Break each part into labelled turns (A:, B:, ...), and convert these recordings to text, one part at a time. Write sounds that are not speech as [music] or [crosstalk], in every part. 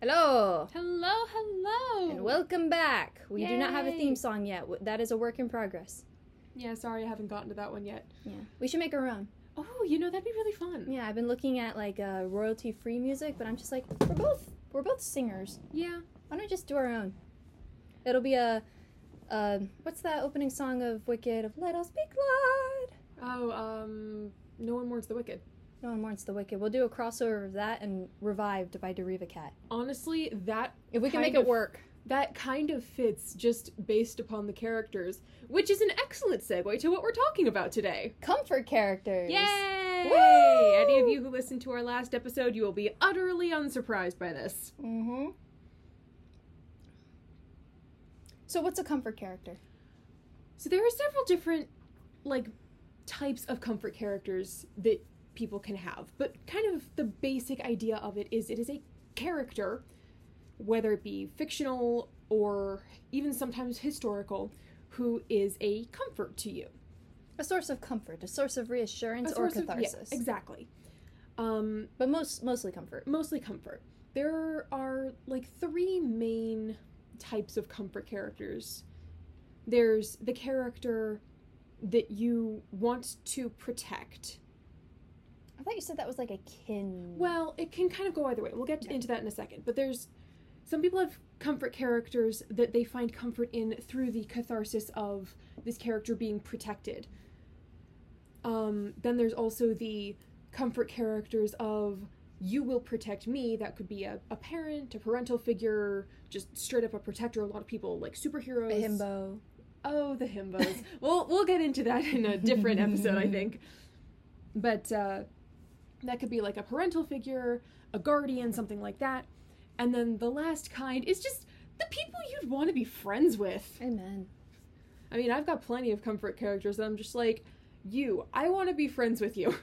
A: Hello
B: Hello, hello.
A: and welcome back. We do not have a
B: Yay.
A: theme song yet. W- That is a work in progress.
B: yeah, sorry, I haven't gotten to that one yet.
A: Yeah, we should make our own.
B: Oh, you know that'd be really fun.
A: Yeah, I've been looking at like uh, royalty-free music, but I'm just like, we're both we're both singers.
B: Yeah.
A: Why don't we just do our own? It'll be a, uh, what's that opening song of Wicked of Let Us Be Glad?
B: Oh, um, no one mourns the wicked.
A: No one mourns the wicked. We'll do a crossover of that and Revived by Deriva Cat.
B: Honestly, that
A: If we can
B: Kind
A: make it
B: of-
A: work.
B: that kind of fits just based upon the characters, which is an excellent segue to what we're talking about today.
A: Comfort characters.
B: Yay!
A: Woo!
B: Any of you who listened to our last episode, you will be utterly unsurprised by this.
A: Mm-hmm. So what's a comfort character?
B: So there are several different like types of comfort characters that people can have, but kind of the basic idea of it is it is a character, whether it be fictional or even sometimes historical, who is a comfort to you.
A: A source of comfort, a source of reassurance
B: A
A: or
B: source of- yeah,
A: catharsis.
B: exactly. Um,
A: But most mostly comfort.
B: mostly comfort. There are like three main types of comfort characters. There's the character that you want to protect.
A: I thought you said that was like a kin.
B: Well, it can kind of go either way. We'll get
A: Okay.
B: into that in a second. But there's some people have comfort characters that they find comfort in through the catharsis of this character being protected. Um, then there's also the comfort characters of you will protect me. That could be a, a parent, a parental figure, just straight up a protector. A lot of people like superheroes.
A: a himbo.
B: Oh, the himbos. we'll we'll get into that in a different episode, I think. But uh, that could be like a parental figure, a guardian, something like that. And then the last kind is just the people you'd want to be friends with.
A: Amen.
B: I mean, I've got plenty of comfort characters that I'm just like, you, I want to be friends with you.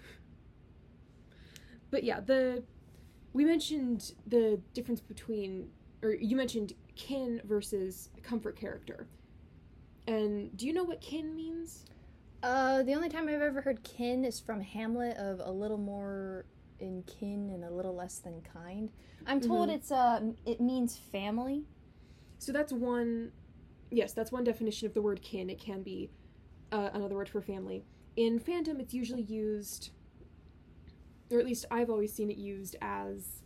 B: [laughs] but yeah, the we mentioned the difference between or you mentioned kin versus comfort character. And do you know what kin means?
A: Uh, the only time I've ever heard kin is from Hamlet of a little more in kin and a little less than kind. I'm told
B: Mhm.
A: it's uh it means family.
B: So that's one yes, that's one definition of the word kin. It can be uh, another word for family. In fandom, it's usually used, or at least I've always seen it used as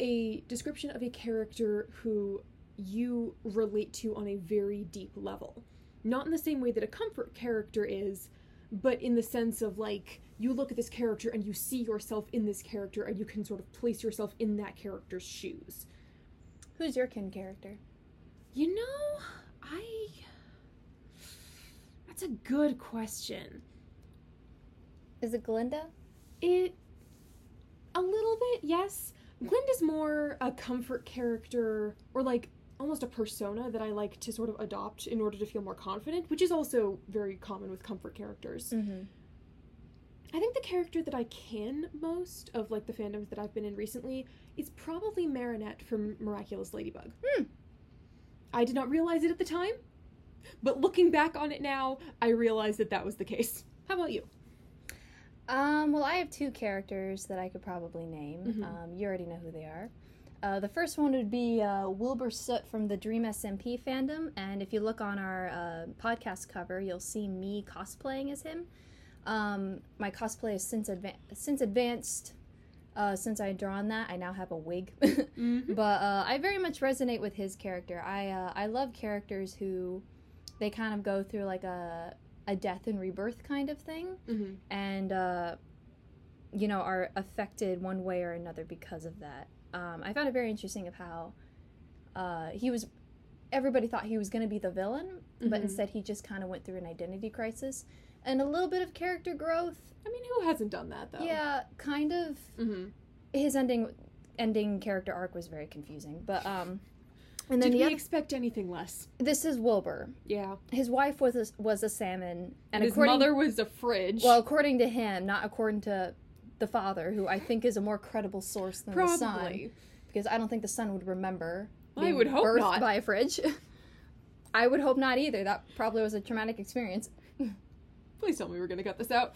B: a description of a character who you relate to on a very deep level. Not in the same way that a comfort character is, but in the sense of like you look at this character and you see yourself in this character and you can sort of place yourself in that character's shoes.
A: Who's your kin character?
B: You know, I. That's a good question.
A: Is it Glinda?
B: It. A little bit, yes. Glinda's more a comfort character, or like almost a persona that I like to sort of adopt in order to feel more confident, which is also very common with comfort characters.
A: Mm-hmm.
B: I think the character that I can most of like the fandoms that I've been in recently is probably Marinette from Miraculous Ladybug.
A: Hmm.
B: I did not realize it at the time, but looking back on it now, I realize that that was the case. How about you?
A: Um, well, I have two characters that I could probably name.
B: Mhm.
A: Um, you already know who they are. Uh, the first one would be uh, Wilbur Soot from the Dream SMP fandom, and if you look on our uh, podcast cover, you'll see me cosplaying as him. Um, my cosplay is since adva- since advanced. Uh, since I drawn that, I now have a wig. [laughs]
B: Mm-hmm.
A: but uh, I very much resonate with his character. I uh, I love characters who they kind of go through like a a death and rebirth kind of thing
B: hmm
A: and uh, you know are affected one way or another because of that. Um, I found it very interesting of how uh, he was. Everybody thought he was going to be the villain, but
B: Mhm.
A: instead he just kind of went through an identity crisis and a little bit of character growth.
B: I mean, who hasn't done that though?
A: Yeah, kind of.
B: Mm-hmm.
A: His ending ending character arc was very confusing, but um, and
B: Did
A: then
B: we
A: the other,
B: expect anything less?
A: this is Wilbur.
B: Yeah.
A: His wife was a, was a salmon, and
B: his
A: according
B: mother was a fridge.
A: Well, according to him, not according to the father, who I think is a more credible source than the son,
B: probably.
A: because I don't think the son would remember.
B: I would hope
A: birthed
B: not.
A: by a fridge. [laughs] I would hope not either. That probably was a traumatic
B: [laughs]
A: experience.
B: Please tell
A: [laughs]
B: me we're gonna cut this out.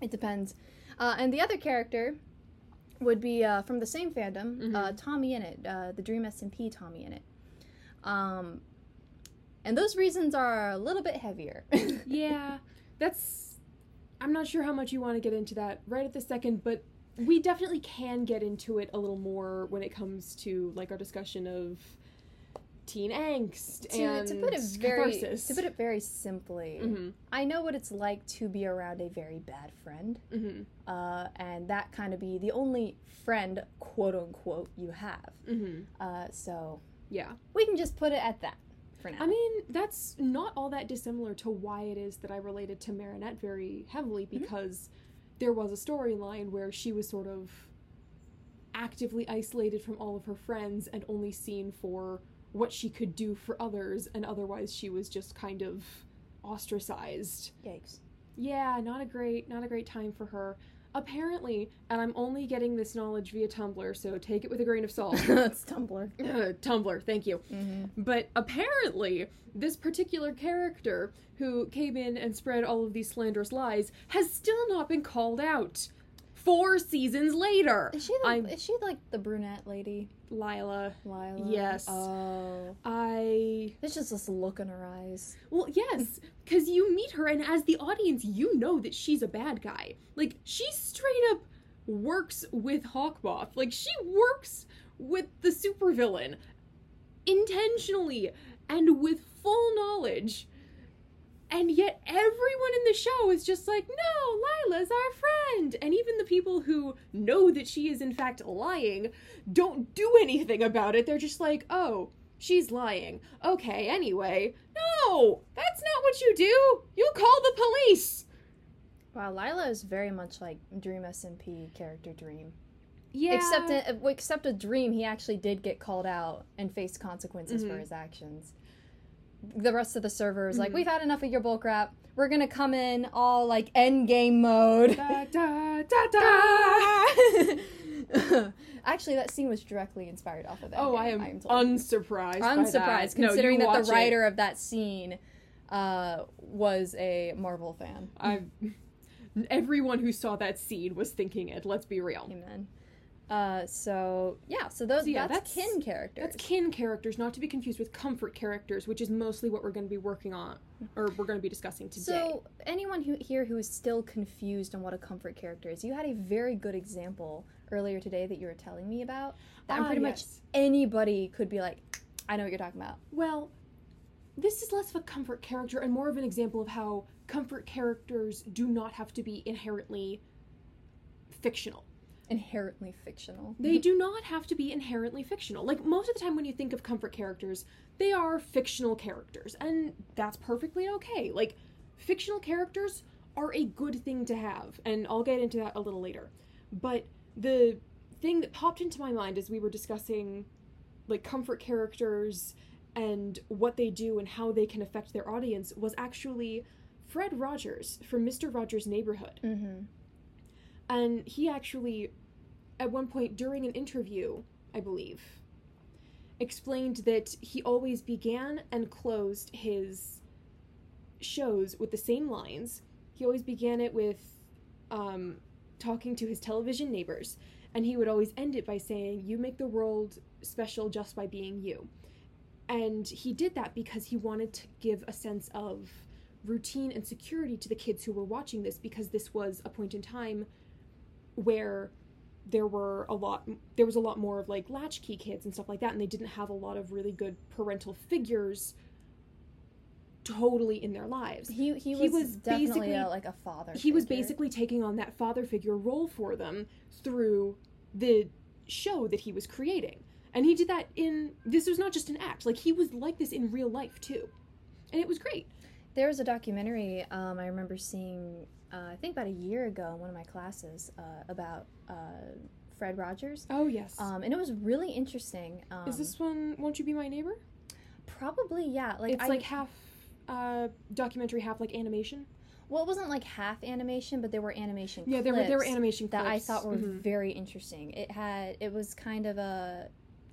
A: it depends. Uh, and the other character would be uh, from the same fandom,
B: Mhm.
A: uh, Tommy in it, uh, the Dream SMP Tommy in it. Um, and those reasons are a little bit heavier. [laughs]
B: Yeah, that's. I'm not sure how much you want to get into that right at the second, but we definitely can get into it a little more when it comes to like our discussion of teen angst
A: to,
B: and
A: to put it very
B: catharsis.
A: to put it very simply,
B: Mhm,
A: I know what it's like to be around a very bad friend,
B: mhm,
A: uh, and that kind of be the only friend, quote unquote, you have.
B: mhm.
A: Uh, so
B: Yeah,
A: we can just put it at that for now.
B: I mean that's not all that dissimilar to why it is that I related to Marinette very heavily because there was a storyline where she was sort of actively isolated from all of her friends and only seen for what she could do for others, and otherwise she was just kind of ostracized.
A: Yikes. [laughs]
B: Yeah, not a great, not a great time for her. Apparently, and I'm only getting this knowledge via Tumblr, so take it with a grain of salt.
A: it's Tumblr.
B: [laughs] Tumblr, thank you.
A: Mhm.
B: But apparently, this particular character who came in and spread all of these slanderous lies has still not been called out. Four seasons later,
A: Is she the,
B: I'm-
A: is she like the brunette lady,
B: Lila.
A: Lila?
B: Yes.
A: Oh.
B: I
A: There's just this look in her eyes.
B: well, yes, because you meet her, and as the audience, you know that she's a bad guy. Like she straight up works with Hawkmoth. Like she works with the supervillain intentionally and with full knowledge. And yet everyone in the show is just like, no, Lila's our friend. And even the people who know that she is in fact lying don't do anything about it. They're just like, oh, she's lying. Okay, anyway. No, that's not what you do. You call the police.
A: Wow, Lila is very much like Dream SMP character Dream.
B: Yeah.
A: Except, in, uh, except a dream, he actually did get called out and faced consequences for
B: Mhm.
A: his actions. The rest of the server is like,
B: Mhm.
A: we've had enough of your bull crap. We're gonna come in all like end game mode. [laughs] Ah!
B: da, da, da, da.
A: actually, that scene was directly inspired off of that.
B: Oh, I am
A: told.
B: unsurprised. by
A: I'm
B: that.
A: surprised,
B: No, you
A: considering that
B: watch
A: the
B: it.
A: writer of that scene uh, was a Marvel fan.
B: I everyone who saw that scene was thinking it. Let's be real.
A: Amen. Uh, so yeah, so those
B: So, yeah,
A: that's,
B: that's-
A: kin characters.
B: That's kin characters, not to be confused with comfort characters, which is mostly what we're going to be working on or we're going to be discussing today.
A: So anyone who here who is still confused on what a comfort character is, you had a very good example earlier today that you were telling me about. That
B: Ah,
A: pretty much
B: yes.
A: anybody could be like, I know what you're talking about.
B: Well, this is less of a comfort character and more of an example of how comfort characters do not have to be inherently fictional.
A: Inherently fictional.
B: They do not have to be inherently fictional. Like most of the time when you think of comfort characters, they are fictional characters, and that's perfectly okay. Like fictional characters are a good thing to have, and I'll get into that a little later. But the thing that popped into my mind as we were discussing like comfort characters and what they do and how they can affect their audience was actually Fred Rogers from Mr. Rogers' Neighborhood
A: Mm-hmm.
B: and he actually at one point during an interview i believe explained that he always began and closed his shows with the same lines he always began it with um, talking to his television neighbors and he would always end it by saying you make the world special just by being you and he did that because he wanted to give a sense of routine and security to the kids who were watching this because this was a point in time where there were a lot there was a lot more of like latchkey kids and stuff like that and they didn't have a lot of really good parental figures totally in their lives
A: He, he
B: He
A: was,
B: was
A: definitely
B: basically-
A: a, like a father.
B: he was
A: figure.
B: basically taking on that father figure role for them through the show that he was creating and he did that in this was not just an act like he was like this in real life too and it was great
A: There was a documentary um, I remember seeing, uh, I think about a year ago in one of my classes uh, about uh, Fred Rogers,
B: oh yes
A: um, and it was really interesting. Um,
B: is this one won't you be my neighbor
A: probably yeah? Like
B: it's
A: I,
B: like half uh documentary half like animation
A: well, it wasn't like half animation, but there were animation.
B: yeah there were there were
A: clips
B: animation
A: that I
B: clips.
A: thought were
B: Mhm.
A: very interesting. It had it was kind of a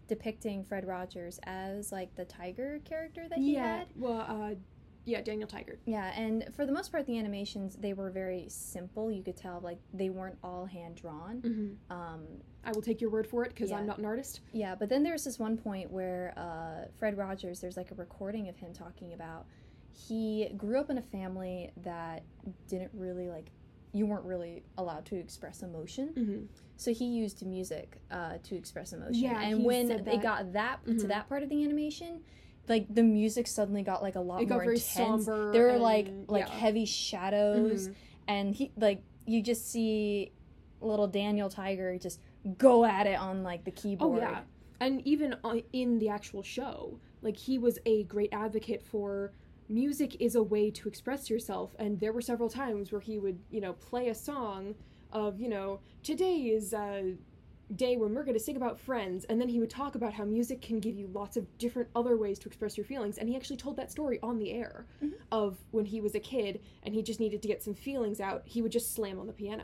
A: depicting Fred Rogers as like the tiger character that he
B: yeah,
A: had.
B: well, uh, yeah, Daniel Tigert.
A: Yeah, and for the most part, the animations they were very simple. You could tell like they weren't all hand drawn.
B: Mm-hmm.
A: Um,
B: I will take your word for it because
A: Yeah.
B: I'm not an artist.
A: yeah, but then there's this one point where uh, Fred Rogers, there's like a recording of him talking about he grew up in a family that didn't really like you weren't really allowed to express emotion.
B: Mm-hmm.
A: So he used music uh, to express emotion.
B: Yeah,
A: and
B: he
A: when
B: said
A: they
B: that.
A: got that to
B: Mhm.
A: that part of the animation, like the music suddenly got like a lot
B: It got
A: more
B: very
A: intense.
B: somber.
A: There were like
B: and-
A: like
B: yeah.
A: heavy shadows,
B: Mhm.
A: and he like you just see little Daniel Tiger just go at it on like the
B: Oh
A: keyboard.
B: yeah, and even on- in the actual show, like he was a great advocate for music is a way to express yourself. And there were several times where he would, you know, play a song of, you know, today is a day when we're going to sing about friends, and then he would talk about how music can give you lots of different other ways to express your feelings. And he actually told that story on the air
A: Mhm.
B: of when he was a kid and he just needed to get some feelings out. He would just slam on the piano.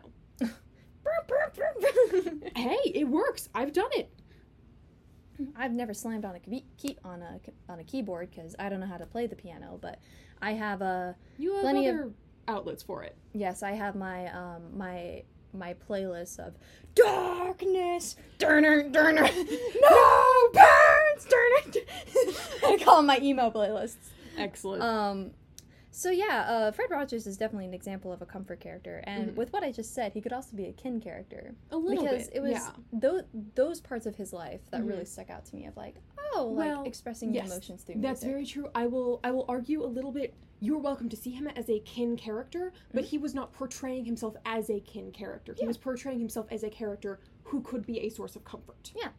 B: Hey, it works. I've done it.
A: [laughs] I've never slammed on a key, key on a on a keyboard because I don't know how to play the piano, but I have a
B: You have
A: Plenty of-
B: other outlets for it.
A: Yes, I have my um my my playlist of darkness, durner,
B: [laughs]
A: durner, no burns, durner. [laughs] I call them my emo playlists.
B: Excellent.
A: Um, so yeah, uh, Fred Rogers is definitely an example of a comfort character, and
B: Mhm.
A: with what I just said, he could also be a kin character
B: a little
A: because
B: bit.
A: it was
B: yeah.
A: those those parts of his life that
B: Mhm.
A: really stuck out to me of like, oh,
B: Well,
A: like expressing
B: yes,
A: emotions through
B: That's
A: music.
B: very true. I will I will argue a little bit. You're welcome to see him as a kin character, but he was not portraying himself as a kin character. He
A: Mm-hmm. Yeah.
B: was portraying himself as a character who could be a source of comfort.
A: Yeah.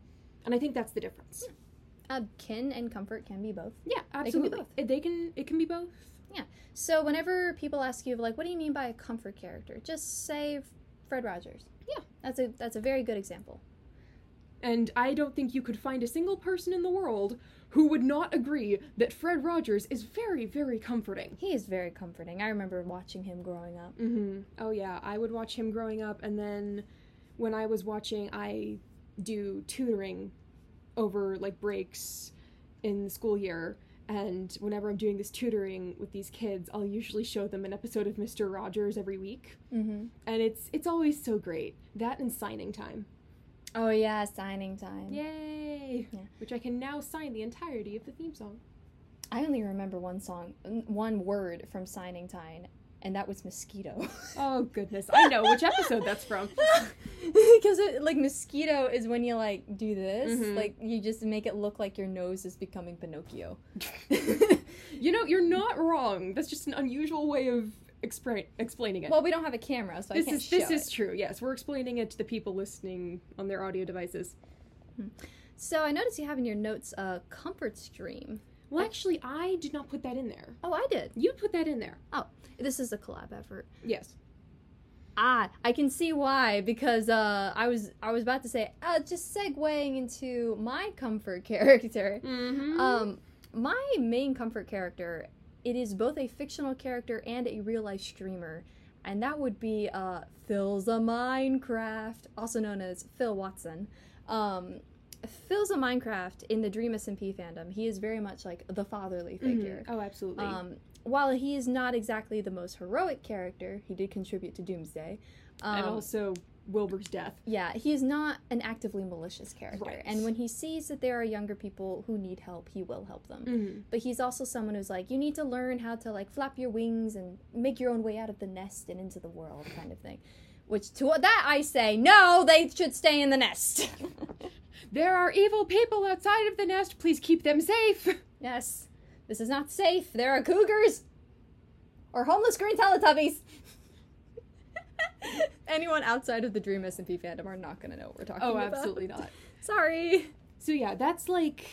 B: And I think that's the difference.
A: uh, kin and comfort can be both.
B: Yeah,
A: They can be
B: absolutely.
A: both.
B: It- They can it can be both.
A: So whenever people ask you like, what do you mean by a comfort character? Just say Fred Rogers.
B: Yeah.
A: that's a that's a very good example.
B: And I don't think you could find a single person in the world who would not agree that Fred Rogers is very, very comforting.
A: He is very comforting. I remember watching him growing up.
B: hmm Oh yeah, I would watch him growing up, and then when I was watching, I do tutoring over like breaks in the school year. And whenever I'm doing this tutoring with these kids, I'll usually show them an episode of Mister Rogers every week,
A: Mm-hmm.
B: and it's it's always so great. That and signing time,
A: Oh yeah, signing time.
B: yay!
A: Yeah.
B: Which I can now sign the entirety of the theme song.
A: I only remember one song, n- one word from signing time, and that was mosquito. [laughs]
B: Oh goodness, I know which episode that's from.
A: Because like mosquito is when you like do this,
B: Mhm.
A: like you just make it look like your nose is becoming Pinocchio. [laughs]
B: You know, you're not wrong. That's just an unusual way of expra- explaining it.
A: well, we don't have a camera, so I
B: this
A: can't
B: is this
A: show
B: is
A: it.
B: true. Yes, we're explaining it to the people listening on their audio devices.
A: So I noticed you have in your notes a uh, comfort stream.
B: Well, actually, I did not put that in there.
A: Oh, I did.
B: You put that in there.
A: This is a collab effort.
B: Yes.
A: Ah, I can see why because uh, I was I was about to say uh, just segueing into my comfort [laughs] character.
B: Mm-hmm.
A: Um, my main comfort character it is both a fictional character and a real life streamer, and that would be uh, Phil's a Minecraft, also known as Phil Watson. Um, Phil's a Minecraft in the Dream SMP fandom. He is very much like the fatherly figure.
B: Oh, absolutely.
A: Um, while he is not exactly the most heroic character, he did contribute to Doomsday. Um,
B: and also Wilbur's death.
A: yeah, he is not an actively malicious character.
B: Right.
A: And when he sees that there are younger people who need help, he will help them.
B: Mm-hmm.
A: But he's also someone who's like, you need to learn how to like flap your wings and make your own way out of the nest and into the world, kind of thing. Which to that I say, no, they should stay in the nest.
B: There are evil people outside of the nest. Please keep them [laughs] safe.
A: yes, this is not safe. There are cougars or homeless green Teletubbies. [laughs] Anyone outside of the Dream SMP fandom are not going to know what we're talking
B: Oh,
A: about.
B: absolutely not.
A: Sorry.
B: [laughs] So yeah, that's like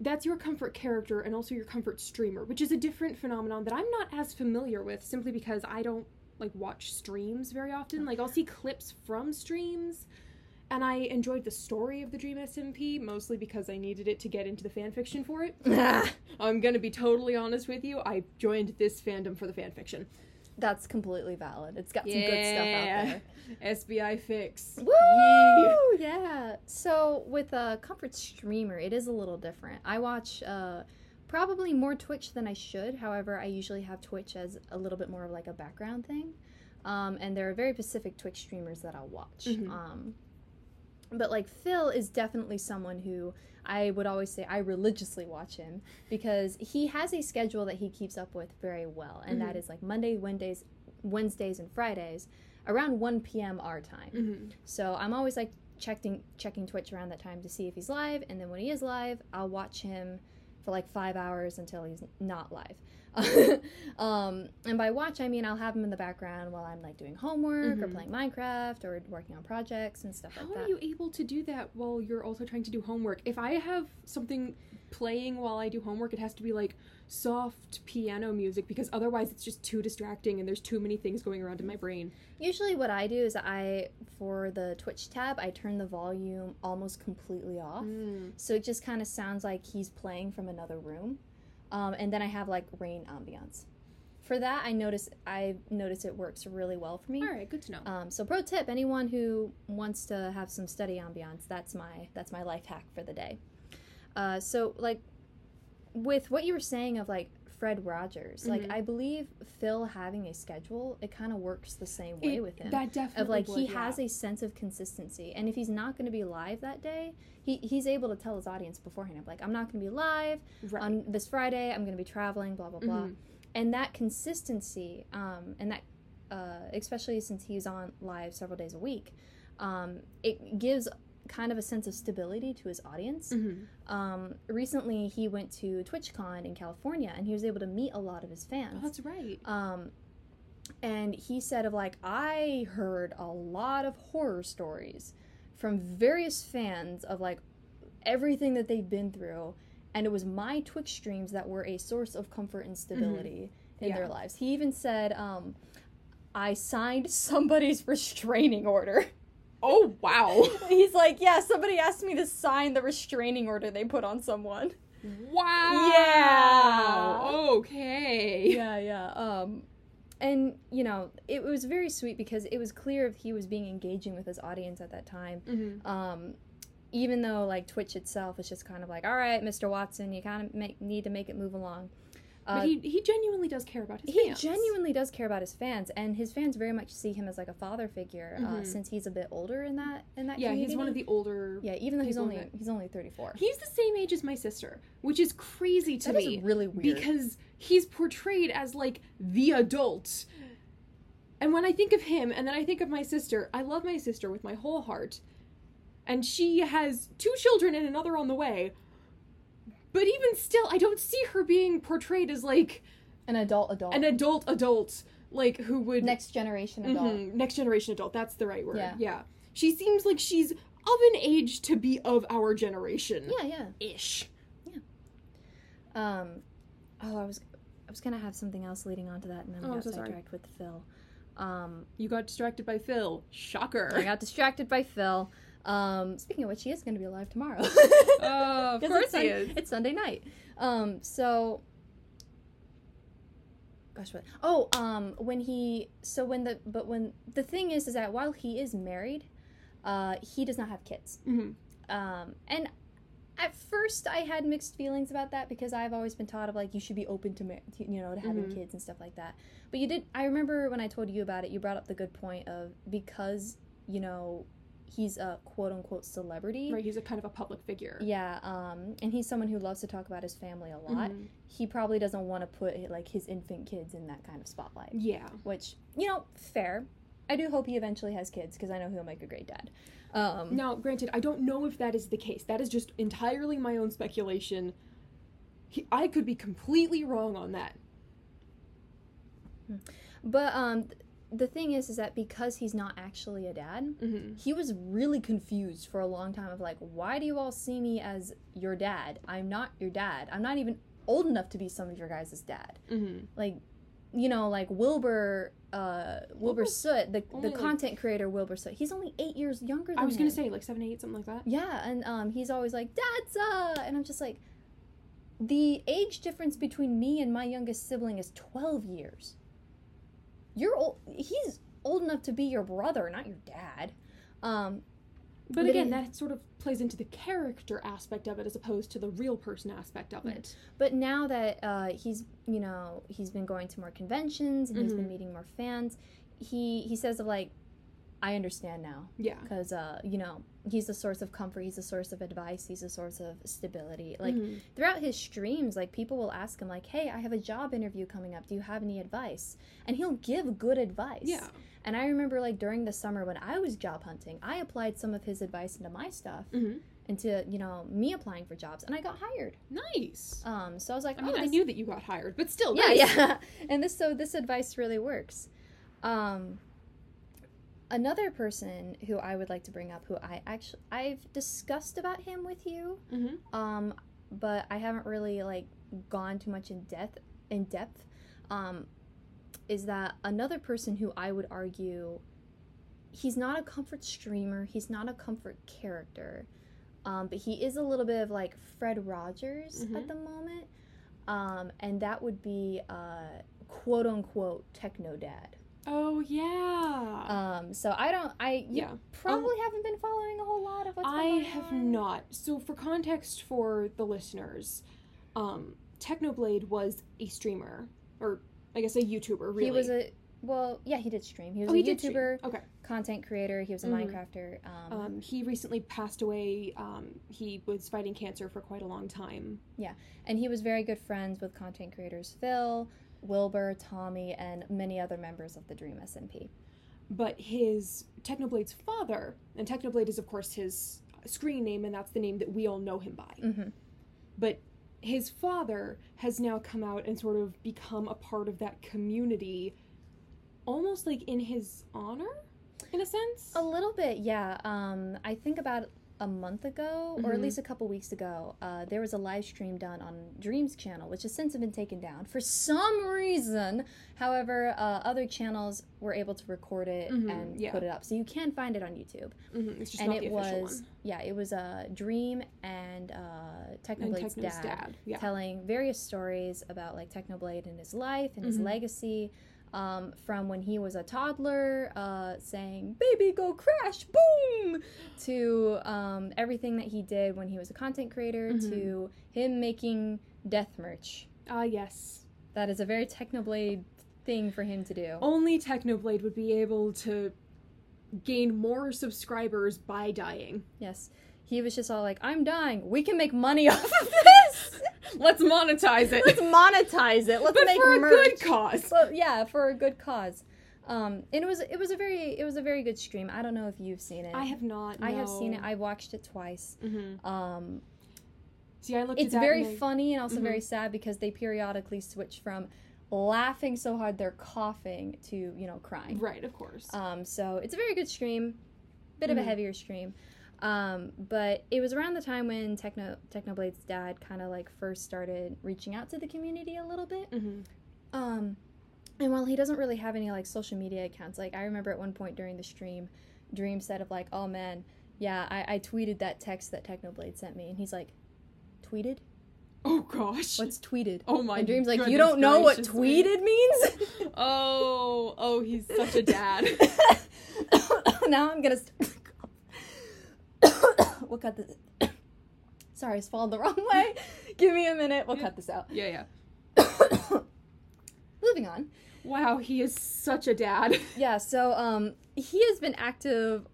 B: that's your comfort character and also your comfort streamer, which is a different phenomenon that I'm not as familiar with simply because I don't like watch streams very often. Like I'll see clips from streams and I enjoyed the story of the Dream SMP mostly because I needed it to get into the fanfiction for it. I'm going to be totally honest with you. I joined this fandom for the fanfiction.
A: That's completely valid. It's got some good stuff out
B: Yeah.
A: there.
B: SBI fix.
A: Woo! Yeah. So with a comfort streamer, it is a little different. I watch uh, probably more Twitch than I should. However, I usually have Twitch as a little bit more of like a background thing. Um, and there are very specific Twitch streamers that I'll watch.
B: Mhm.
A: Um, but like Phil is definitely someone who I would always say I religiously watch him because he has a schedule that he keeps up with very well, and that is like Monday, Wednesdays, Wednesdays, and Fridays around 1 p.m. our time.
B: Mm-hmm.
A: So I'm always like checking checking Twitch around that time to see if he's live, and then when he is live, I'll watch him for like five hours until he's not live. [laughs] um, and by watch, I mean I'll have him in the background while I'm like doing homework or
B: Mhm.
A: playing Minecraft or working on projects and stuff
B: How
A: like that.
B: are you able to do that while you're also trying to do homework? If I have something playing while I do homework, it has to be like soft piano music because otherwise it's just too distracting and there's too many things going around in my brain.
A: Usually, what I do is I for the Twitch tab, I turn the volume almost completely off. So it just kind of sounds like he's playing from another room. Um, and then I have like rain ambiance. For that, I notice I notice it works really well for me.
B: All right, good to know.
A: Um, so pro tip: anyone who wants to have some study ambiance, that's my that's my life hack for the day. Uh, so like with what you were saying of like Fred Rogers, like
B: Mhm.
A: I believe Phil having a schedule, it kind of works the same way
B: It-
A: with him
B: That definitely
A: of like
B: would,
A: he
B: yeah.
A: has a sense of consistency and if he's not going to be live that day he, he's able to tell his audience beforehand I'm like i'm not going to be live
B: right.
A: on this friday i'm going to be traveling blah blah blah
B: Mhm.
A: and that consistency um, and that uh, especially since he's on live several days a week um, it gives kind of a sense of stability to his audience
B: Mhm.
A: um, recently he went to twitchcon in california and he was able to meet a lot of his
B: Oh,
A: fans
B: that's right.
A: um, and he said of like I heard a lot of horror stories from various fans of like everything that they've been through, and it was my Twitch streams that were a source of comfort and stability in their
B: Yeah.
A: lives. He even said, um, "I signed [laughs] somebody's restraining order." [laughs]
B: Oh wow.
A: He's like, "Yeah, somebody asked me to sign the restraining order they put on someone."
B: wow. Okay.
A: yeah yeah um and you know it was very sweet because it was clear he was being engaging with his audience at that time
B: Mhm.
A: um even though like twitch itself is just kind of like all right mr watson you kind of make, need to make it move along Uh,
B: but he, he genuinely does care about his
A: he
B: fans.
A: genuinely does care about his fans and his fans very much see him as like a father figure uh,
B: Mhm.
A: since he's a bit older in that in that
B: Yeah, he's one of
A: community.
B: the older.
A: yeah even though he's
B: people
A: only
B: that-
A: he's only 34
B: He's the same age as my sister, which is crazy to
A: that is
B: me.
A: really weird
B: because he's portrayed as like the adult. And when I think of him and then I think of my sister, I love my sister with my whole heart. And she has two children and another on the way. But even still, I don't see her being portrayed as like
A: an adult adult
B: an adult adult, like who would
A: next generation adult
B: Mhm, next generation adult. That's the right word.
A: Yeah.
B: She seems like she's of an age to be of our generation.
A: yeah yeah
B: Ish.
A: Um, oh, I was I was gonna have something else leading on to that, and then I
B: Oh, I'm
A: got
B: so sorry.
A: sidetracked with Phil. Um,
B: You got distracted by Phil. Shocker.
A: [laughs] I got distracted by Phil. Um, speaking of which, he is gonna be alive tomorrow.
B: [laughs] Oh,
A: [laughs]
B: of
A: 'Cause
B: course
A: it's Sun-
B: he is.
A: It's Sunday night. Um, so. Gosh, what? Oh, um, when he so when the but when the thing is is that while he is married, uh, he does not have kids.
B: Mhm.
A: Um, and at first, I had mixed feelings about that because I've always been taught of like you should be open to mar- to, you know to having
B: Mhm.
A: kids and stuff like that. But you did. I remember when I told you about it, you brought up the good point of because you know he's a quote unquote celebrity.
B: Right, he's a kind of a public figure.
A: Yeah, um, and he's someone who loves to talk about his family a lot.
B: Mhm.
A: He probably doesn't want to put like his infant kids in that kind of spotlight,
B: Yeah.
A: which you know, fair. I do hope he eventually has kids because I know he'll make a great dad. Um,
B: Now, granted, I don't know if that is the case. That is just entirely my own speculation. He, I could be completely wrong on that.
A: But um, th- the thing is, is that because he's not actually a dad,
B: Mm-hmm.
A: he was really confused for a long time of like, why do you all see me as your dad? I'm not your dad. I'm not even old enough to be some of your guys' dad.
B: Mm-hmm.
A: Like, you know, like Wilbur, uh, Wilbur
B: Wilbur's
A: Soot, the
B: only,
A: the
B: like-
A: content creator Wilbur Soot. He's only eight years younger. than
B: I was gonna
A: him.
B: say like seven, eight, something like that.
A: Yeah, and um, he's always like, Dadza! And I'm just like, the age difference between me and my youngest sibling is 12 years. You're old, he's old enough to be your brother, not your dad. Um,
B: But
A: But
B: again,
A: it-
B: that sort of plays into the character aspect of it as opposed to the real person aspect of it.
A: But now that uh, he's, you know, he's been going to more conventions and he's been meeting more fans, he he says of like, I understand now
B: Yeah.
A: because uh, you know he's a source of comfort, he's a source of advice, he's a source of stability. Like
B: Mhm.
A: throughout his streams, like people will ask him like, Hey, I have a job interview coming up. Do you have any advice? And he'll give good advice.
B: yeah.
A: And I remember like during the summer when I was job hunting, I applied some of his advice into my stuff,
B: Mhm.
A: into you know me applying for jobs, and I got hired.
B: Nice.
A: Um, so I was like,
B: I mean,
A: oh,
B: I
A: this-
B: knew that you got hired, but still,
A: yeah,
B: nice.
A: yeah. [laughs] And this so this advice really works. Um, another person who I would like to bring up, who I actually I've discussed about him with you,
B: Mhm.
A: um, but I haven't really like gone too much in depth. In depth, um, is that another person who I would argue he's not a comfort streamer, he's not a comfort character, um, but he is a little bit of like Fred Rogers
B: Mhm.
A: at the moment, um, and that would be uh, quote unquote techno dad.
B: Oh yeah.
A: Um, so I don't, I you
B: Ah. yeah. Um,
A: probably haven't been following a whole lot of what's
B: I
A: going
B: have
A: on.
B: not. So for context for the listeners, um, Technoblade was a streamer, or I guess a YouTuber. Really,
A: He was a well, yeah, he did stream. He was
B: Oh,
A: a
B: he did stream.
A: YouTuber,
B: okay.
A: content creator. He was a
B: Mhm.
A: Minecrafter. Um,
B: Um, he recently passed away. Um, he was fighting cancer for quite a long time.
A: and he was very good friends with content creators Phil, Wilbur, Tommy, and many other members of the Dream SMP.
B: But his Technoblade's father, and Technoblade is of course his screen name, and that's the name that we all know him by.
A: Mm-hmm.
B: But his father has now come out and sort of become a part of that community, almost like in his honor, in a sense.
A: A little bit, yeah. Um, I think about a month ago, or at
B: Mhm.
A: least a couple weeks ago, uh, there was a live stream done on Dream's channel, which has since been taken down for some reason. However, uh, other channels were able to record it
B: Mhm,
A: and
B: yeah.
A: put it up, so you can find it on YouTube.
B: hmm It's just
A: and
B: not
A: it
B: the official
A: was, yeah, it was uh, Dream and uh,
B: one. And
A: Technoblade's
B: Techno's dad.
A: dad.
B: Yeah.
A: telling various stories about like Technoblade and his life and his
B: Mhm.
A: legacy. Um, from when he was a toddler, uh, saying "Baby, go crash, boom," to um, everything that he did when he was a content creator,
B: Mhm.
A: to him making death merch.
B: Ah, yes.
A: That is a very Technoblade thing for him to do.
B: Only Technoblade would be able to gain more subscribers by dying.
A: Yes, he was just all like, "I'm dying. We can make money [laughs] off of
B: [laughs]
A: this.
B: Let's monetize it.
A: Let's monetize it. Let's
B: but
A: make
B: for a
A: merch."
B: good cause.
A: but yeah, for a good cause. Um, and it was it was a very it was a very good stream. I don't know if you've seen it.
B: I have not.
A: I have seen it.
B: no.
A: I watched it twice.
B: Mhm.
A: Um,
B: See, I looked at
A: it's
B: that
A: very
B: and I-
A: funny and also
B: Mhm.
A: very sad because they periodically switch from laughing so hard they're coughing to you know crying.
B: Right, of course.
A: Um, so it's a very good stream, bit of
B: Mhm.
A: a heavier stream. Um, but it was around the time when Techno Technoblade's dad kind of like first started reaching out to the community a little bit.
B: Mhm.
A: Um, and while he doesn't really have any like social media accounts, like I remember at one point during the stream, Dream said of like, "Oh man, yeah, I, I tweeted that text that Technoblade sent me," and he's like, "Tweeted?
B: Oh gosh.
A: What's tweeted?"
B: Oh my.
A: and Dream's like, "You
B: goodness
A: don't know what
B: gracious
A: tweeted means?"
B: me. Oh, oh, he's [laughs] such a dad.
A: [laughs] now I'm gonna. St- [coughs] we'll cut this. [coughs] Sorry, I swallowed the wrong way. [laughs] Give me a minute. We'll cut this out. [coughs]
B: yeah, yeah.
A: Moving on.
B: Wow, he is such
A: [laughs]
B: a dad.
A: Yeah, so um he has been active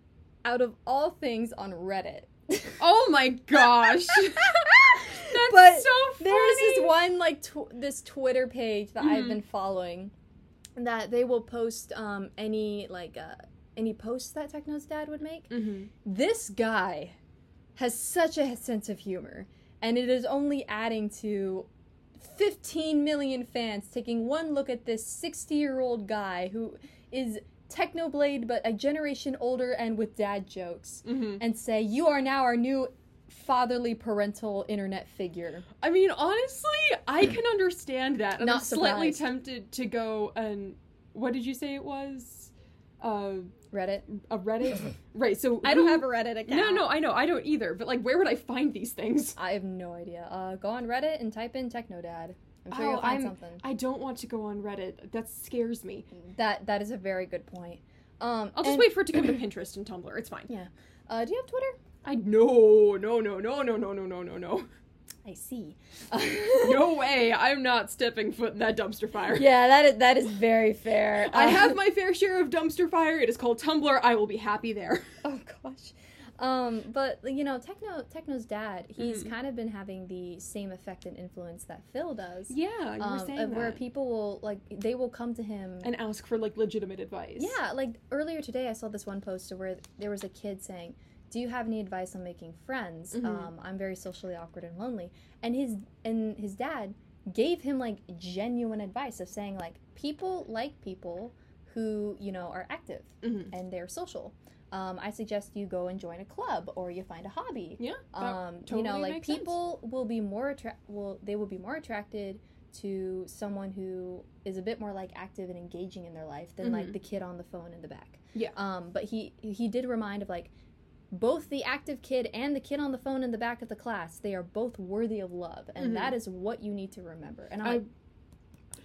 A: out of all things on
B: [laughs]
A: Reddit.
B: Oh my
A: [laughs]
B: gosh. That's
A: but
B: so funny.
A: there's this one like tw- this Twitter page that I've
B: Mhm.
A: been following that they will post um any like uh any posts that Techno's dad would make.
B: Mhm.
A: This guy has such a sense of humor and it is only adding to 15 million fans taking one look at this 60 year old guy who is Technoblade but a generation older and with dad jokes
B: Mhm.
A: and say, You are now our new fatherly parental internet figure.
B: I mean, honestly, I can understand that. and I'm
A: Hmm. Not
B: slightly
A: surprised.
B: tempted to go and what did you say it was? Uh,
A: Reddit.
B: a Reddit,
A: [laughs]
B: right? So
A: I don't
B: who-
A: have a Reddit account.
B: No, no, I know, I don't either. But like, where would I find these things?
A: I have no idea. Uh, go on Reddit and type in Technodad. I'm sure
B: Oh,
A: you'll find
B: I'm-
A: something.
B: I don't want to go on Reddit. That scares me.
A: That that is a very good point. Um,
B: I'll just
A: and- [coughs]
B: wait for it to come to Pinterest and Tumblr. It's fine.
A: Uh, do you have Twitter?
B: I no no no no no no no no no no
A: I
B: [laughs]
A: see. [laughs]
B: no way I'm not stepping foot in that dumpster fire.
A: yeah, that is, that is very fair.
B: I
A: Um,
B: have my fair share of dumpster fire. It is called Tumblr. I will be happy there.
A: [laughs] [laughs] Oh gosh. Um, but you know, Techno Techno's dad, he's
B: Mhm.
A: kind of been having the same effect and influence that Phil does.
B: Yeah, you
A: um,
B: were saying
A: of where
B: that.
A: people will like they will come to him
B: and ask for like legitimate advice.
A: Yeah, like earlier today, I saw this one poster where there was a kid saying, "Do you have any advice on making friends?
B: Mhm.
A: Um, I'm very socially awkward and lonely." And his and his dad gave him like genuine advice of saying like people like people who you know are active
B: Mhm.
A: and they're social. Um, I suggest you go and join a club or you find a hobby.
B: Yeah, that
A: Um, you know,
B: totally
A: like
B: makes sense.
A: people will be more attract. Will they will be more attracted to someone who is a bit more like active and engaging in their life than like
B: Mhm.
A: the kid on the phone in the back.
B: Yeah.
A: Um, but he he did remind of like both the active kid and the kid on the phone in the back of the class. They are both worthy of love, and
B: Mhm.
A: that is what you need to remember. And I'm
B: I-
A: like,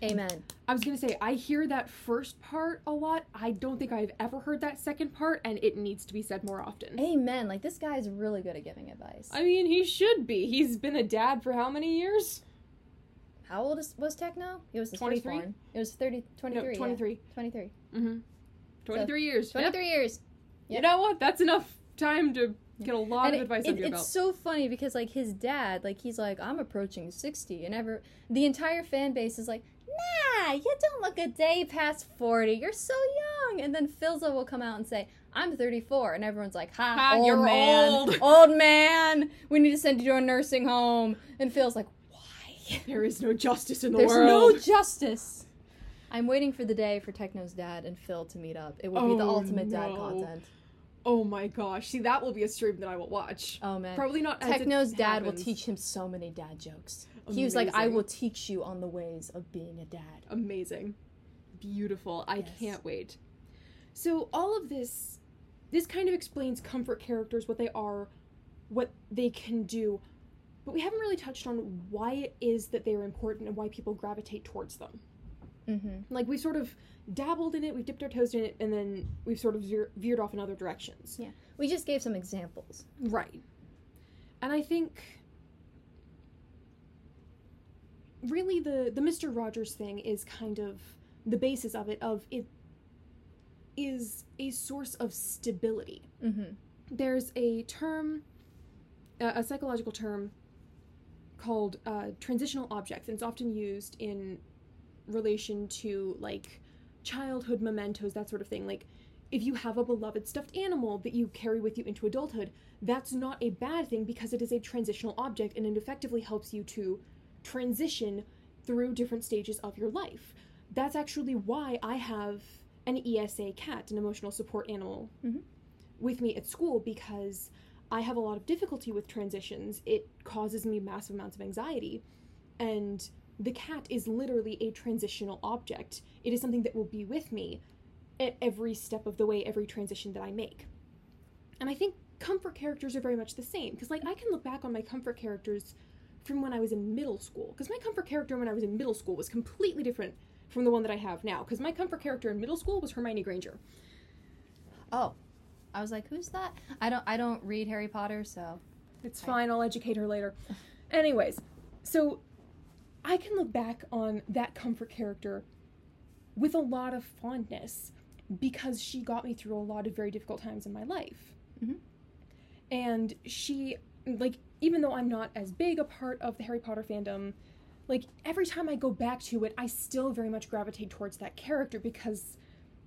A: Amen.
B: I was gonna say I hear that first part a lot. I don't think I've ever heard that second part, and it needs to be said more often.
A: Amen. Like this guy is really good at giving advice.
B: I mean, he should be. He's been a dad for how many years?
A: How old is, was Techno? It was his
B: 23?
A: firstborn. It was 30, 23.
B: no,
A: yeah.
B: 23.
A: 23.
B: Mm-hmm. 23 years. Yep.
A: 23 years.
B: You know what? That's enough time to get a lot
A: And
B: of
A: it-
B: advice
A: it-
B: under your
A: it's
B: belt.
A: so funny because like his dad, like he's like, I'm approaching 60 and ever the entire fan base is like, nah, you don't look a day past 40. You're so young. And then Philza will come out and say, I'm 34. And everyone's like, ha,
B: Ha,
A: old
B: you're
A: man,
B: old."
A: [laughs] old man, we need to send you to a nursing home. And Phil's like, why?
B: There is no justice in the
A: There's
B: world.
A: no justice. I'm waiting for the day for Techno's dad and Phil to meet up. It will be the
B: Oh,
A: ultimate dad
B: no.
A: content.
B: oh my gosh. See, that will be a stream that I will watch.
A: Oh man.
B: Probably not as it
A: Techno's dad will
B: happens.
A: teach him so many dad jokes. He was like, I
B: Amazing.
A: will teach you on the ways of being a dad.
B: Amazing. Beautiful. I
A: Yes.
B: can't wait. So all of this this kind of explains comfort characters, what they are, what they can do. But we haven't really touched on why it is that they're important and why people gravitate towards them.
A: Mm-hmm.
B: like we've sort of dabbled in it we've dipped our toes in it and then we've sort of veer- veered off in other directions
A: We just gave some examples.
B: right and i think really the the mr rogers thing is kind of the basis of it of it is a source of stability
A: Mm-hmm.
B: there's a term, uh, a psychological term called uh, transitional objects, and it's often used in relation to like childhood mementos, that sort of thing. Like, if you have a beloved stuffed animal that you carry with you into adulthood, that's not a bad thing because it is a transitional object and it effectively helps you to transition through different stages of your life. That's actually why I have an ESA cat, an emotional support animal with me at school because I have a lot of difficulty with transitions. It causes me massive amounts of anxiety. And the cat is literally a transitional object. It is something that will be with me at every step of the way, every transition that I make. And I think comfort characters are very much the same because, like, I can look back on my comfort characters from when I was in middle school because my comfort character when I was in middle school was completely different from the one that I have now because my comfort character in middle school was Hermione Granger.
A: Oh, I was like, who's that? I don't. I don't read Harry Potter, so
B: It's fine. I'll educate her later. Anyways, so I can look back on that comfort character with a lot of fondness because she got me through a lot of very difficult times in my life.
A: Mhm.
B: And she, like, even though I'm not as big a part of the Harry Potter fandom, like, every time I go back to it, I still very much gravitate towards that character because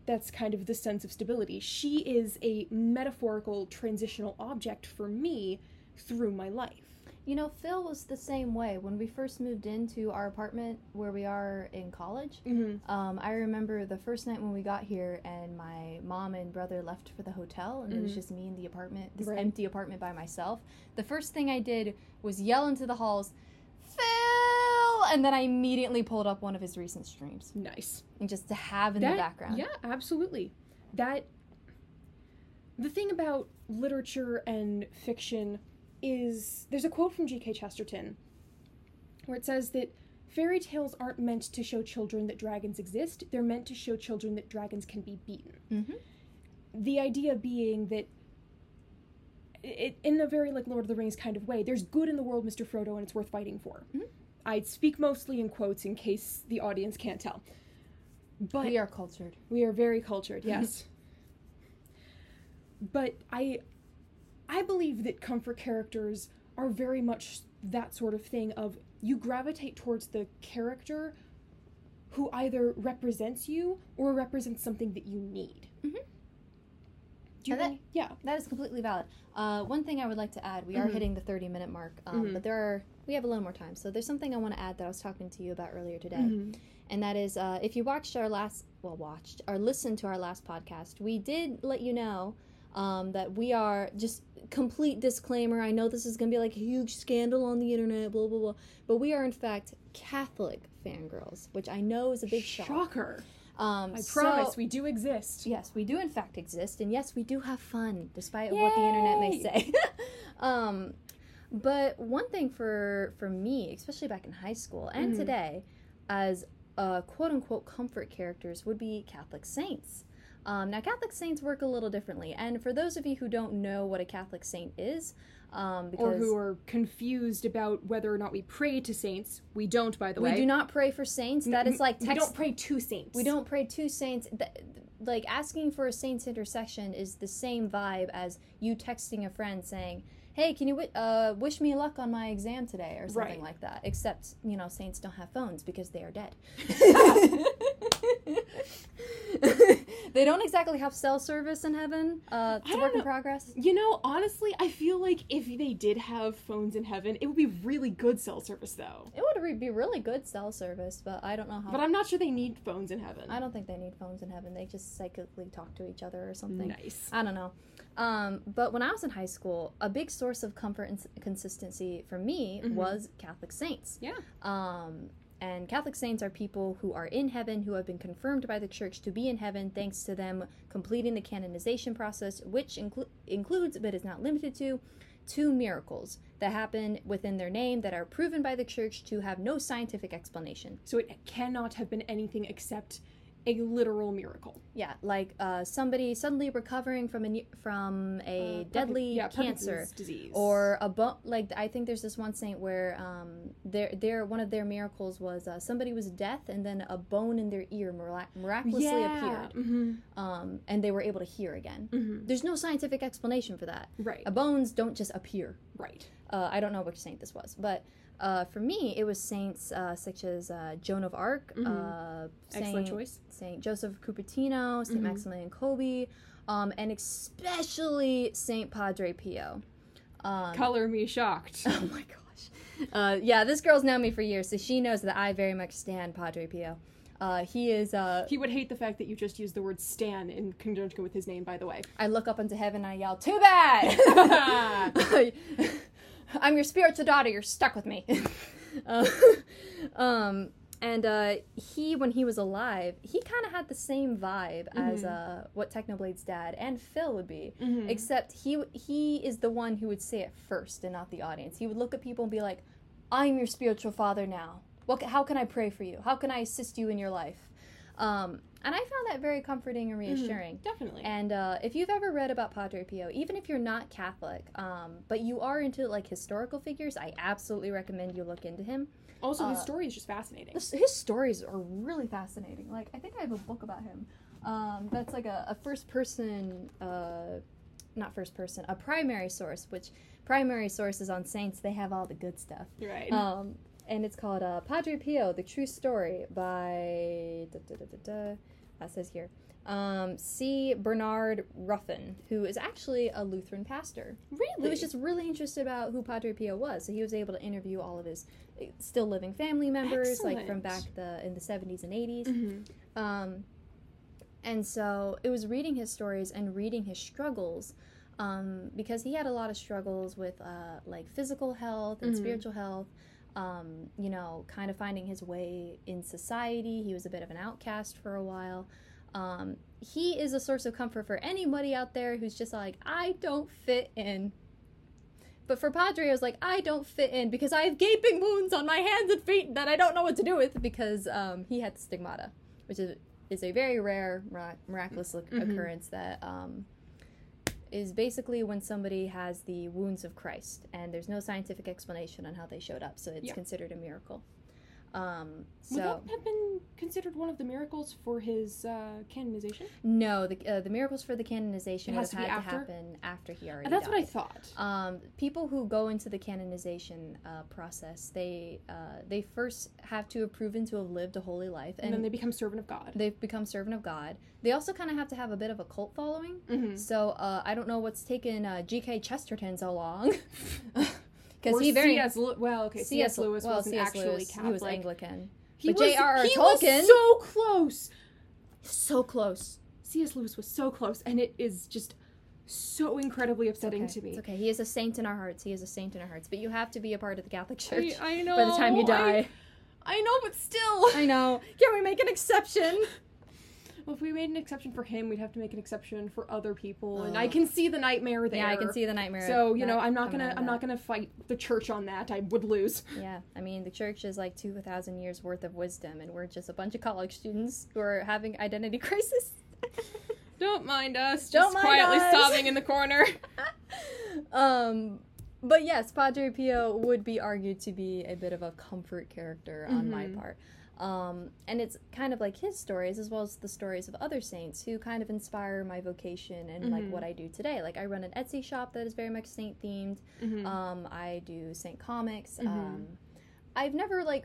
B: that's kind of the sense of stability. She is a metaphorical transitional object for me through my life.
A: you know, Phil was the same way when we first moved into our apartment where we are in college.
B: Mm-hmm.
A: Um, I remember the first night when we got here, and my mom and brother left for the hotel, and it was
B: Mhm.
A: just me in the apartment, this
B: Right.
A: empty apartment by myself. The first thing I did was yell into the halls, Phil! And then I immediately pulled up one of his recent streams,
B: Nice.
A: and just to have in
B: That-
A: the background.
B: Yeah, absolutely. That the thing about literature and fiction is there's a quote from G.K. Chesterton where it says that fairy tales aren't meant to show children that dragons exist. They're meant to show children that dragons can be beaten.
A: Mm-hmm.
B: the idea being that it, in a very like Lord of the Rings kind of way. There's good in the world, Mr. Frodo, and it's worth fighting for.
A: Mhm.
B: I speak mostly in quotes in case the audience can't tell. But
A: we are cultured.
B: we are very
A: [laughs]
B: cultured, yes. but I I believe that comfort characters are very much that sort of thing of you gravitate towards the character who either represents you or represents something that you need.
A: Mhm.
B: Do you
A: And that-
B: really- yeah.
A: That is completely valid. Uh, one thing I would like to add: we are
B: Mhm.
A: hitting the thirty-minute mark, um,
B: Mhm.
A: but there are we have a little more time. So there's something I want to add that I was talking to you about earlier today,
B: Mhm.
A: and that is uh, if you watched our last, well, watched or listened to our last podcast, we did let you know um, that we are just complete disclaimer. I know this is going to be like a huge scandal on the internet, blah blah blah, but we are in fact Catholic fangirls, which I know is a big shock.
B: shocker.
A: Um,
B: I
A: so-
B: promise we do exist.
A: Yes, we do in fact exist, and yes, we do have fun, despite what the internet may
B: Yay!
A: say. [laughs] um, but one thing for for me, especially back in high school and
B: Mhm.
A: today, as uh, quote unquote comfort characters would be Catholic saints. Um, now, Catholic saints work a little differently, and for those of you who don't know what a Catholic saint is, um,
B: Or
A: because
B: who are confused about whether or not we pray to saints. We don't, by the
A: we
B: way.
A: do not pray for saints, that is like
B: Mm-hmm. we
A: text
B: don't pray to saints.
A: We don't pray to saints. Th- like asking for a saint's intercession is the same vibe as you texting a friend saying, "Hey, can you wi- uh, wish me luck on my exam today?" or something
B: Right.
A: like that. Except you know, saints don't have phones because they are
B: [laughs]
A: dead. they don't exactly have cell service in heaven. Uh, it's
B: I
A: a
B: don't
A: work in
B: know.
A: progress.
B: You know, honestly, I feel like if they did have phones in heaven, it would be really good cell service though.
A: It would re- be really good cell service, but I don't know how.
B: But I'm not sure they need phones in heaven.
A: I don't think they need phones in heaven. They just psychically talk to each other or something.
B: Hmm. Nice.
A: I don't know. Um, but when I was in high school, a big source of comfort and s- consistency for me
B: Mhm.
A: was Catholic saints.
B: Yeah.
A: Um, and Catholic saints are people who are in heaven, who have been confirmed by the church to be in heaven thanks to them completing the canonization process, which inclu- includes, but is not limited to, two miracles that happen within their name that are proven by the church to have no scientific explanation.
B: So it cannot have been anything except a literal miracle.
A: Yeah, like uh, somebody suddenly recovering from a ne- from a
B: Uh, Parkin-
A: deadly
B: yeah,
A: cancer.
B: Parkinson's disease.
A: or a bone like i think there's this one saint where um their their one of their miracles was uh, somebody was deaf and then a bone in their ear mirac- miraculously
B: yeah.
A: appeared
B: Mhm,
A: um and they were able to hear again
B: mhm.
A: there's no scientific explanation for that
B: Right.
A: uh, bones don't just appear
B: right.
A: uh, i don't know which saint this was but uh, for me, it was saints uh, such as uh, Joan of Arc,
B: Mhm.
A: uh,
B: Excellent
A: Saint-
B: choice.
A: Saint Joseph Cupertino, Saint
B: Mhm.
A: Maximilian Kolbe, um, and especially Saint Padre Pio. Um,
B: Color me shocked. [laughs]
A: [laughs] Oh my gosh. Uh, yeah, this girl's known me for years, so she knows that I very much stand Padre Pio. Uh, he is. Uh,
B: he would hate the fact that you just used the word Stan in conjunction with his name, by the way.
A: I look up into heaven and I yell, "Too bad! [laughs] I'm your spiritual daughter. You're stuck with me." [laughs] Uh, um, and uh, he, when he was alive, he kind of had the same vibe as uh, what Technoblade's dad and Phil would be.
B: Mhm.
A: Except he w- he is the one who would say it first and not the audience. He would look at people and be like, "I'm your spiritual father now. What? ca- How can I pray for you? How can I assist you in your life?" Um, and I found that very comforting and reassuring.
B: Definitely.
A: And uh, if you've ever read about Padre Pio, even if you're not Catholic, um, but you are into like historical figures, I absolutely recommend you look into him.
B: also, his
A: uh,
B: story is just fascinating.
A: This, his stories are really fascinating. Like I think I have a book about him. Um, that's like a, a first person, uh, not first person, a primary source. Which primary sources on saints they have all the good stuff.
B: Right.
A: Um, and it's called uh, Padre Pio: The True Story by da, da, da, da, da, that says here. Um, C. Bernard Ruffin, who is actually a Lutheran pastor,
B: really?
A: who was just really interested about who Padre Pio was. So he was able to interview all of his eh, still living family members, like from back
B: Excellent.
A: the in the seventies and 80s
B: Mhm.
A: um, and so it was reading his stories and reading his struggles um, because he had a lot of struggles with uh, like physical health and
B: Mhm.
A: spiritual health. Um, you know, kind of finding his way in society. He was a bit of an outcast for a while. Um, he is a source of comfort for anybody out there who's just like, I don't fit in. But for Padre, I was like, I don't fit in because I have gaping wounds on my hands and feet that I don't know what to do with because um, he had stigmata, which is is a very rare mirac- miraculous oc-
B: Mhm.
A: occurrence that um, is basically when somebody has the wounds of Christ, and there's no scientific explanation on how they showed up, so it's
B: Yeah.
A: considered a miracle. Um, so
B: Would that have been considered one of the miracles for his uh, canonization?
A: no, the uh, the miracles for the canonization
B: It
A: would
B: has
A: have had
B: to be
A: to
B: after?
A: happen after he already.
B: That's what I
A: died.
B: thought.
A: Um, people who go into the canonization uh, process, they uh, they first have to have proven to have lived a holy life,
B: and
A: and,
B: then they become servant of God.
A: they've become servant of God. They also kind of have to have a bit of a cult following.
B: Mm-hmm.
A: So uh, I don't know what's taken uh, G.K. Chesterton so long, [laughs] because
B: Or
A: he very
B: C.S. Lew- well, okay, C.S. Lewis
A: well,
B: wasn't
A: C.S.
B: actually
A: Lewis,
B: Catholic.
A: He was Anglican.
B: He
A: But
B: was-
A: J.R.R.
B: he
A: Tolkien-
B: was so close.
A: So close.
B: C.S. Lewis was so close, and it is just so incredibly upsetting
A: Okay.
B: to me.
A: It's okay. He is a saint in our hearts. He is a saint in our hearts. But you have to be a part of the Catholic Church
B: I, I know.
A: by the time you die.
B: I, I know, but still.
A: I know. Can we make an exception?
B: Well, if we made an exception for him, we'd have to make an exception for other people, and
A: Ugh.
B: I can see the nightmare there.
A: Yeah, I can see the nightmare.
B: So
A: of
B: you know,
A: that
B: I'm not
A: coming
B: gonna,
A: out of
B: I'm
A: that.
B: not gonna fight the church on that. I would lose.
A: Yeah, I mean, the church is like 2,000 years worth of wisdom, and we're just a bunch of college students who are having identity [laughs] crisis.
B: Don't mind us.
A: Don't mind us.
B: in the [laughs] corner.
A: um, but yes, Padre Pio would be argued to be a bit of a comfort character on my
B: Mhm.
A: part. Um, and it's kind of like his stories as well as the stories of other saints who kind of inspire my vocation and like
B: Mhm.
A: what I do today. Like I run an Etsy shop that is very much saint themed.
B: Mhm.
A: Um, I do Saint comics.
B: Mhm.
A: Um, I've never like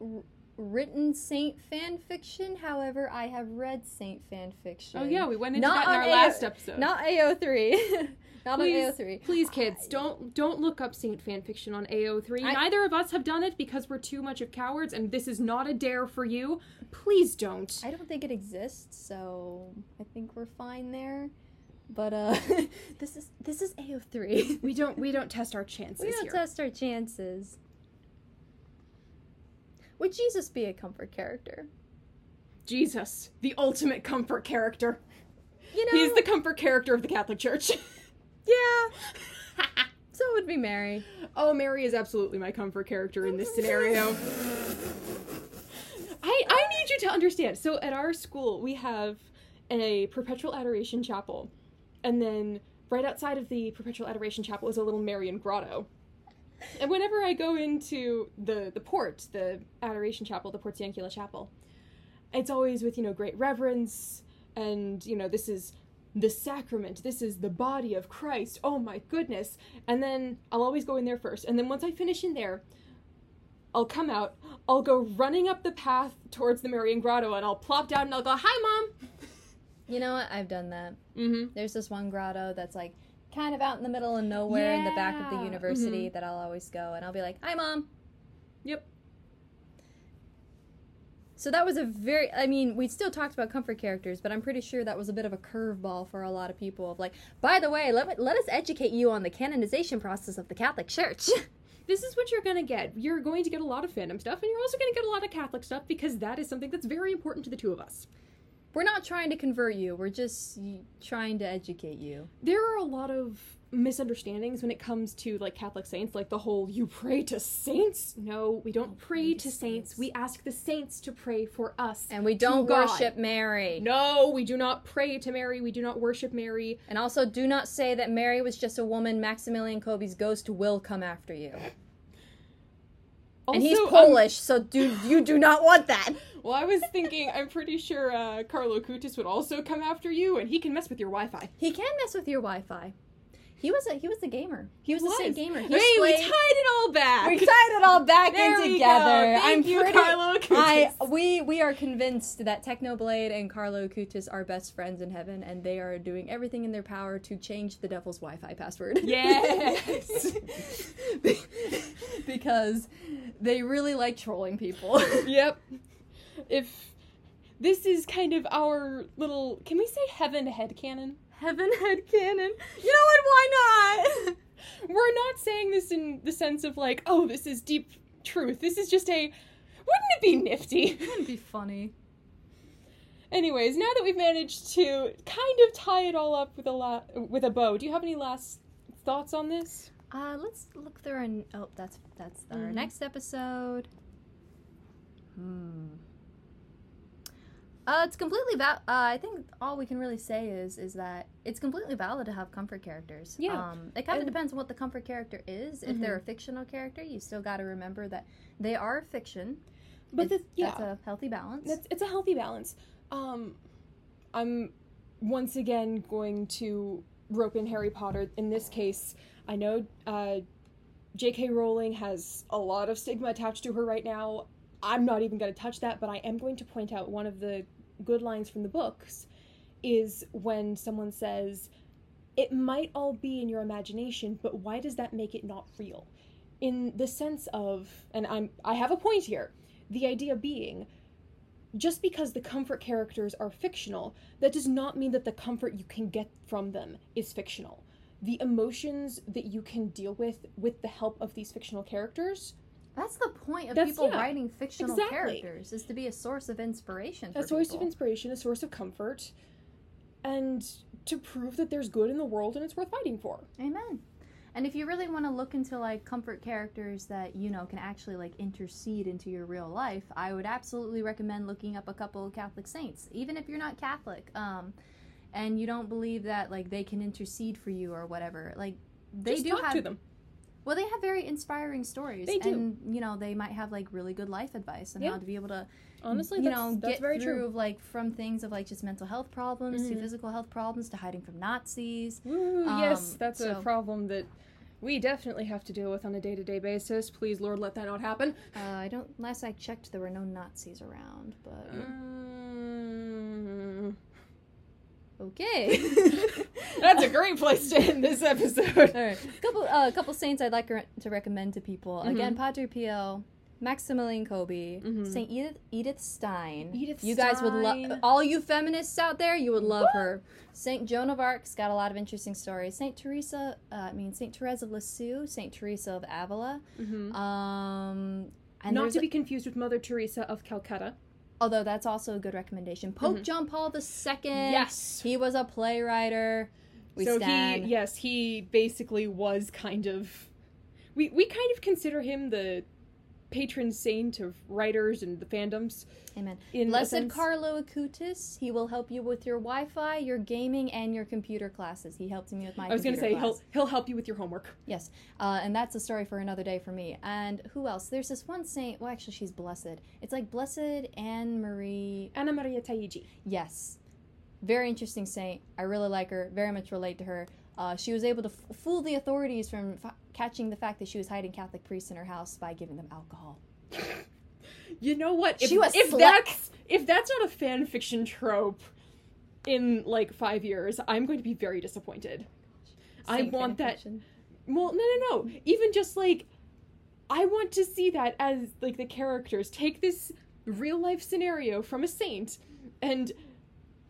A: r- written Saint fan fiction. However, I have read Saint fan fiction.
B: oh yeah, we went into
A: Not
B: that in
A: on
B: our
A: air.
B: last episode.
A: not AO3, [laughs] not
B: Please.
A: on AO3.
B: Please, kids, don't don't look up Saint fanfiction on AO3.
A: I-
B: Neither of us have done it because we're too much of cowards, and this is not a dare for you. Please don't.
A: I don't think it exists, so I think we're fine there. But uh, [laughs] this is this is [laughs] AO3.
B: We don't we don't test our chances
A: we don't
B: here.
A: test our chances. Would Jesus be a comfort character?
B: Jesus, the ultimate comfort character.
A: You know,
B: He's the comfort character of the Catholic Church. [laughs]
A: yeah. So would be Mary.
B: oh, Mary is absolutely my comfort character in this scenario. I I need you to understand. So at our school, we have a perpetual adoration chapel. And then right outside of the perpetual adoration chapel is a little Marian grotto. And whenever I go into the the port, the adoration chapel, the Port Portiancula chapel, it's always with, you know, great reverence and, you know, this is the sacrament. This is the body of Christ. Oh my goodness. And then I'll always go in there first. And then once I finish in there, I'll come out, I'll go running up the path towards the Marian Grotto, and I'll plop down and I'll go, Hi,
A: You know what? I've done that.
B: Mom! Mm hmm.
A: There's this one grotto that's like kind of out in the middle of nowhere in the back of
B: Yeah. Mm-hmm.
A: the university that I'll always go and I'll be like, "Hi mom."
B: Yep.
A: So that was a very I mean, we still talked about comfort characters, but I'm pretty sure that was a bit of a curveball for a lot of people of like, "By the way, let me, let us educate you on the canonization process of the Catholic Church." [laughs]
B: This is what you're gonna get. You're going to get a lot of fandom stuff, and you're also gonna get a lot of Catholic stuff because that is something that's very important to the two of us.
A: we're not trying to convert you. We're just y- trying to educate you.
B: There are a lot of misunderstandings when it comes to like Catholic saints, like the whole you pray to saints. No, we don't Oh, pray to saints. We ask the saints to pray for us.
A: And we don't
B: God.
A: worship Mary.
B: No, we do not pray to Mary. We do not worship Mary.
A: And also, do not say that Mary was just a woman. Maximilian Kolbe's ghost will come after you. and he's
B: Also, um,
A: Polish, so do you do not want that.
B: well, I was thinking, I'm pretty sure uh, Carlo Cutis would also come after you, and he can mess with your Wi-Fi.
A: He can mess with your Wi-Fi. He was a he was a gamer. He was, a
B: Was.
A: saint gamer. He
B: hey, we tied
A: played-
B: it all back.
A: we tied it all back
B: there
A: in
B: we
A: together.
B: Go. Thank
A: I'm
B: you,
A: pretty.
B: Carlo Acutis.
A: I we we are convinced that Technoblade and Carlo Cutis are best friends in heaven, and they are doing everything in their power to change the devil's Wi-Fi password.
B: Yes.
A: [laughs] Be- because they really like trolling
B: [laughs]
A: people.
B: yep. If this is kind of our little, can we say heaven head cannon?
A: heaven head cannon. You know what? Why not?
B: [laughs] We're not saying this in the sense of like, oh, this is deep truth. This is just a, wouldn't it be nifty?
A: [laughs] That'd be funny.
B: Anyways, now that we've managed to kind of tie it all up with a la- with a bow, do you have any last thoughts on this?
A: Uh, let's look through our. n- Oh, that's that's our
B: Mhm.
A: next episode. Hmm. Uh, it's completely val. Uh, I think all we can really say is is that it's completely valid to have comfort characters.
C: Yeah.
A: Um, it kind of
C: And-
A: depends on what the comfort character is. If they're a
B: Mm-hmm.
A: fictional character, you still got to remember that they are fiction.
B: But the, yeah,
A: That's a healthy balance.
B: That's, it's a healthy balance. Um, I'm once again going to rope in Harry Potter. In this case, I know uh, J.K. Rowling has a lot of stigma attached to her right now. I'm not even going to touch that, but I am going to point out one of the good lines from the books is when someone says, It might all be in your imagination, but why does that make it not real? In the sense of, and I'm, I have a point here, the idea being just because the comfort characters are fictional, that does not mean that the comfort you can get from them is fictional. The emotions that you can deal with with the help of these fictional characters,
A: That's the point of
B: That's-
A: people
B: yeah.
A: writing fictional
B: Exactly.
A: characters is to be a source of inspiration. For
B: a source
A: people.
B: of inspiration, a source of comfort, and to prove that there's good in the world and it's worth fighting for.
A: Amen. And if you really want to look into like comfort characters that you know can actually like intercede into your real life, I would absolutely recommend looking up a couple of Catholic saints, even if you're not Catholic, um, and you don't believe that like they can intercede for you or whatever. Like they
B: just
A: do
B: talk
A: have
B: to them.
A: well, they have very inspiring stories.
B: They do.
A: And you know they might have like really good life advice and
B: Yeah.
A: how to be able to
B: Honestly,
A: you
B: that's,
A: know
B: that's
A: get
B: very
A: through
B: true.
A: like from things of like just mental health problems to
B: Mhm.
A: physical health problems to hiding from Nazis.
B: Woo, yes,
A: Um,
B: that's a
A: so-
B: problem that
C: We definitely have to deal with on a day to day basis. Please, Lord, let that not happen.
A: Uh, I don't. Last I checked, there were no Nazis around. But
B: Uh. Mm, [laughs]
A: okay.
B: that's a great place to end this episode.
A: All right. Couple. A uh, couple saints I'd like re- to recommend to people.
B: Mm-hmm.
A: Again, Padre Pio, Maximilian Kobe, Saint Edith, Edith Stein.
B: Edith
A: You guys would love.
B: Stein.
A: All you feminists out there, you would love her. Saint Joan of Arc's got a lot of interesting stories. Saint Teresa. Uh, I mean, Saint Therese of Lisieux, Saint Teresa of Avila.
B: Mm-hmm.
A: Um. And
C: Not
A: there's
C: to be confused with Mother Teresa of Calcutta.
A: although that's also a good recommendation. Pope John Paul II.
B: Mm-hmm. Yes.
A: He was a playwriter. We
B: so
A: stand.
B: he yes, he basically was kind of we we kind of consider him the patron saint of writers and the fandoms.
A: Amen.
B: In a
A: Blessed
B: sense.
A: Carlo Acutis. He will help you with your Wi-Fi, your gaming, and your computer classes. He helped me with my.
B: I was going to say
A: computer class.
B: he'll he'll help you with your homework.
A: Yes, uh, and that's a story for another day for me. And who else? There's this one saint. Well, actually, she's blessed. It's like Blessed Anne Marie.
B: Anna Maria Taiji.
A: Yes, very interesting saint. I really like her. Very much relate to her. Uh, she was able to f- fool the authorities from f- catching the fact that she was hiding Catholic priests in her house by giving them alcohol.
B: You know what? If,
A: She was
B: if
A: slick.
B: that's if that's not a fan fiction trope in like 5 years, I'm going to be very disappointed. I
A: Saint
B: want that-
A: fanfiction.
B: Well, no, no, no. Even just like, I want to see that as like the characters take this real life scenario from a saint and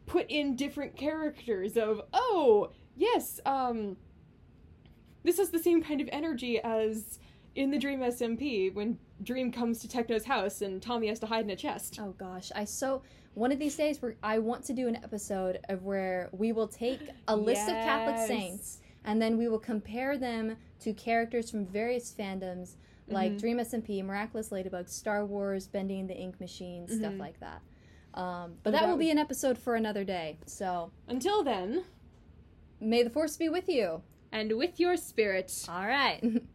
B: put in different characters of oh yes um this is the same kind of energy as in the dream smp when dream comes to techno's house and tommy has to hide in a chest
A: Oh gosh, I so one of these days where I want to do an episode of where we will take a list of Catholic
B: Yes.
A: saints and then we will compare them to characters from various fandoms like Dream SMP, Miraculous Ladybug, Star Wars, Bending the Ink Machine, stuff
B: Mhm.
A: like that. Um, but
B: What
A: Mm-hmm. that will
B: about-
A: be an episode for another day. So
B: until then
A: may the force be with you.
C: And with your spirit.
A: [laughs] All right.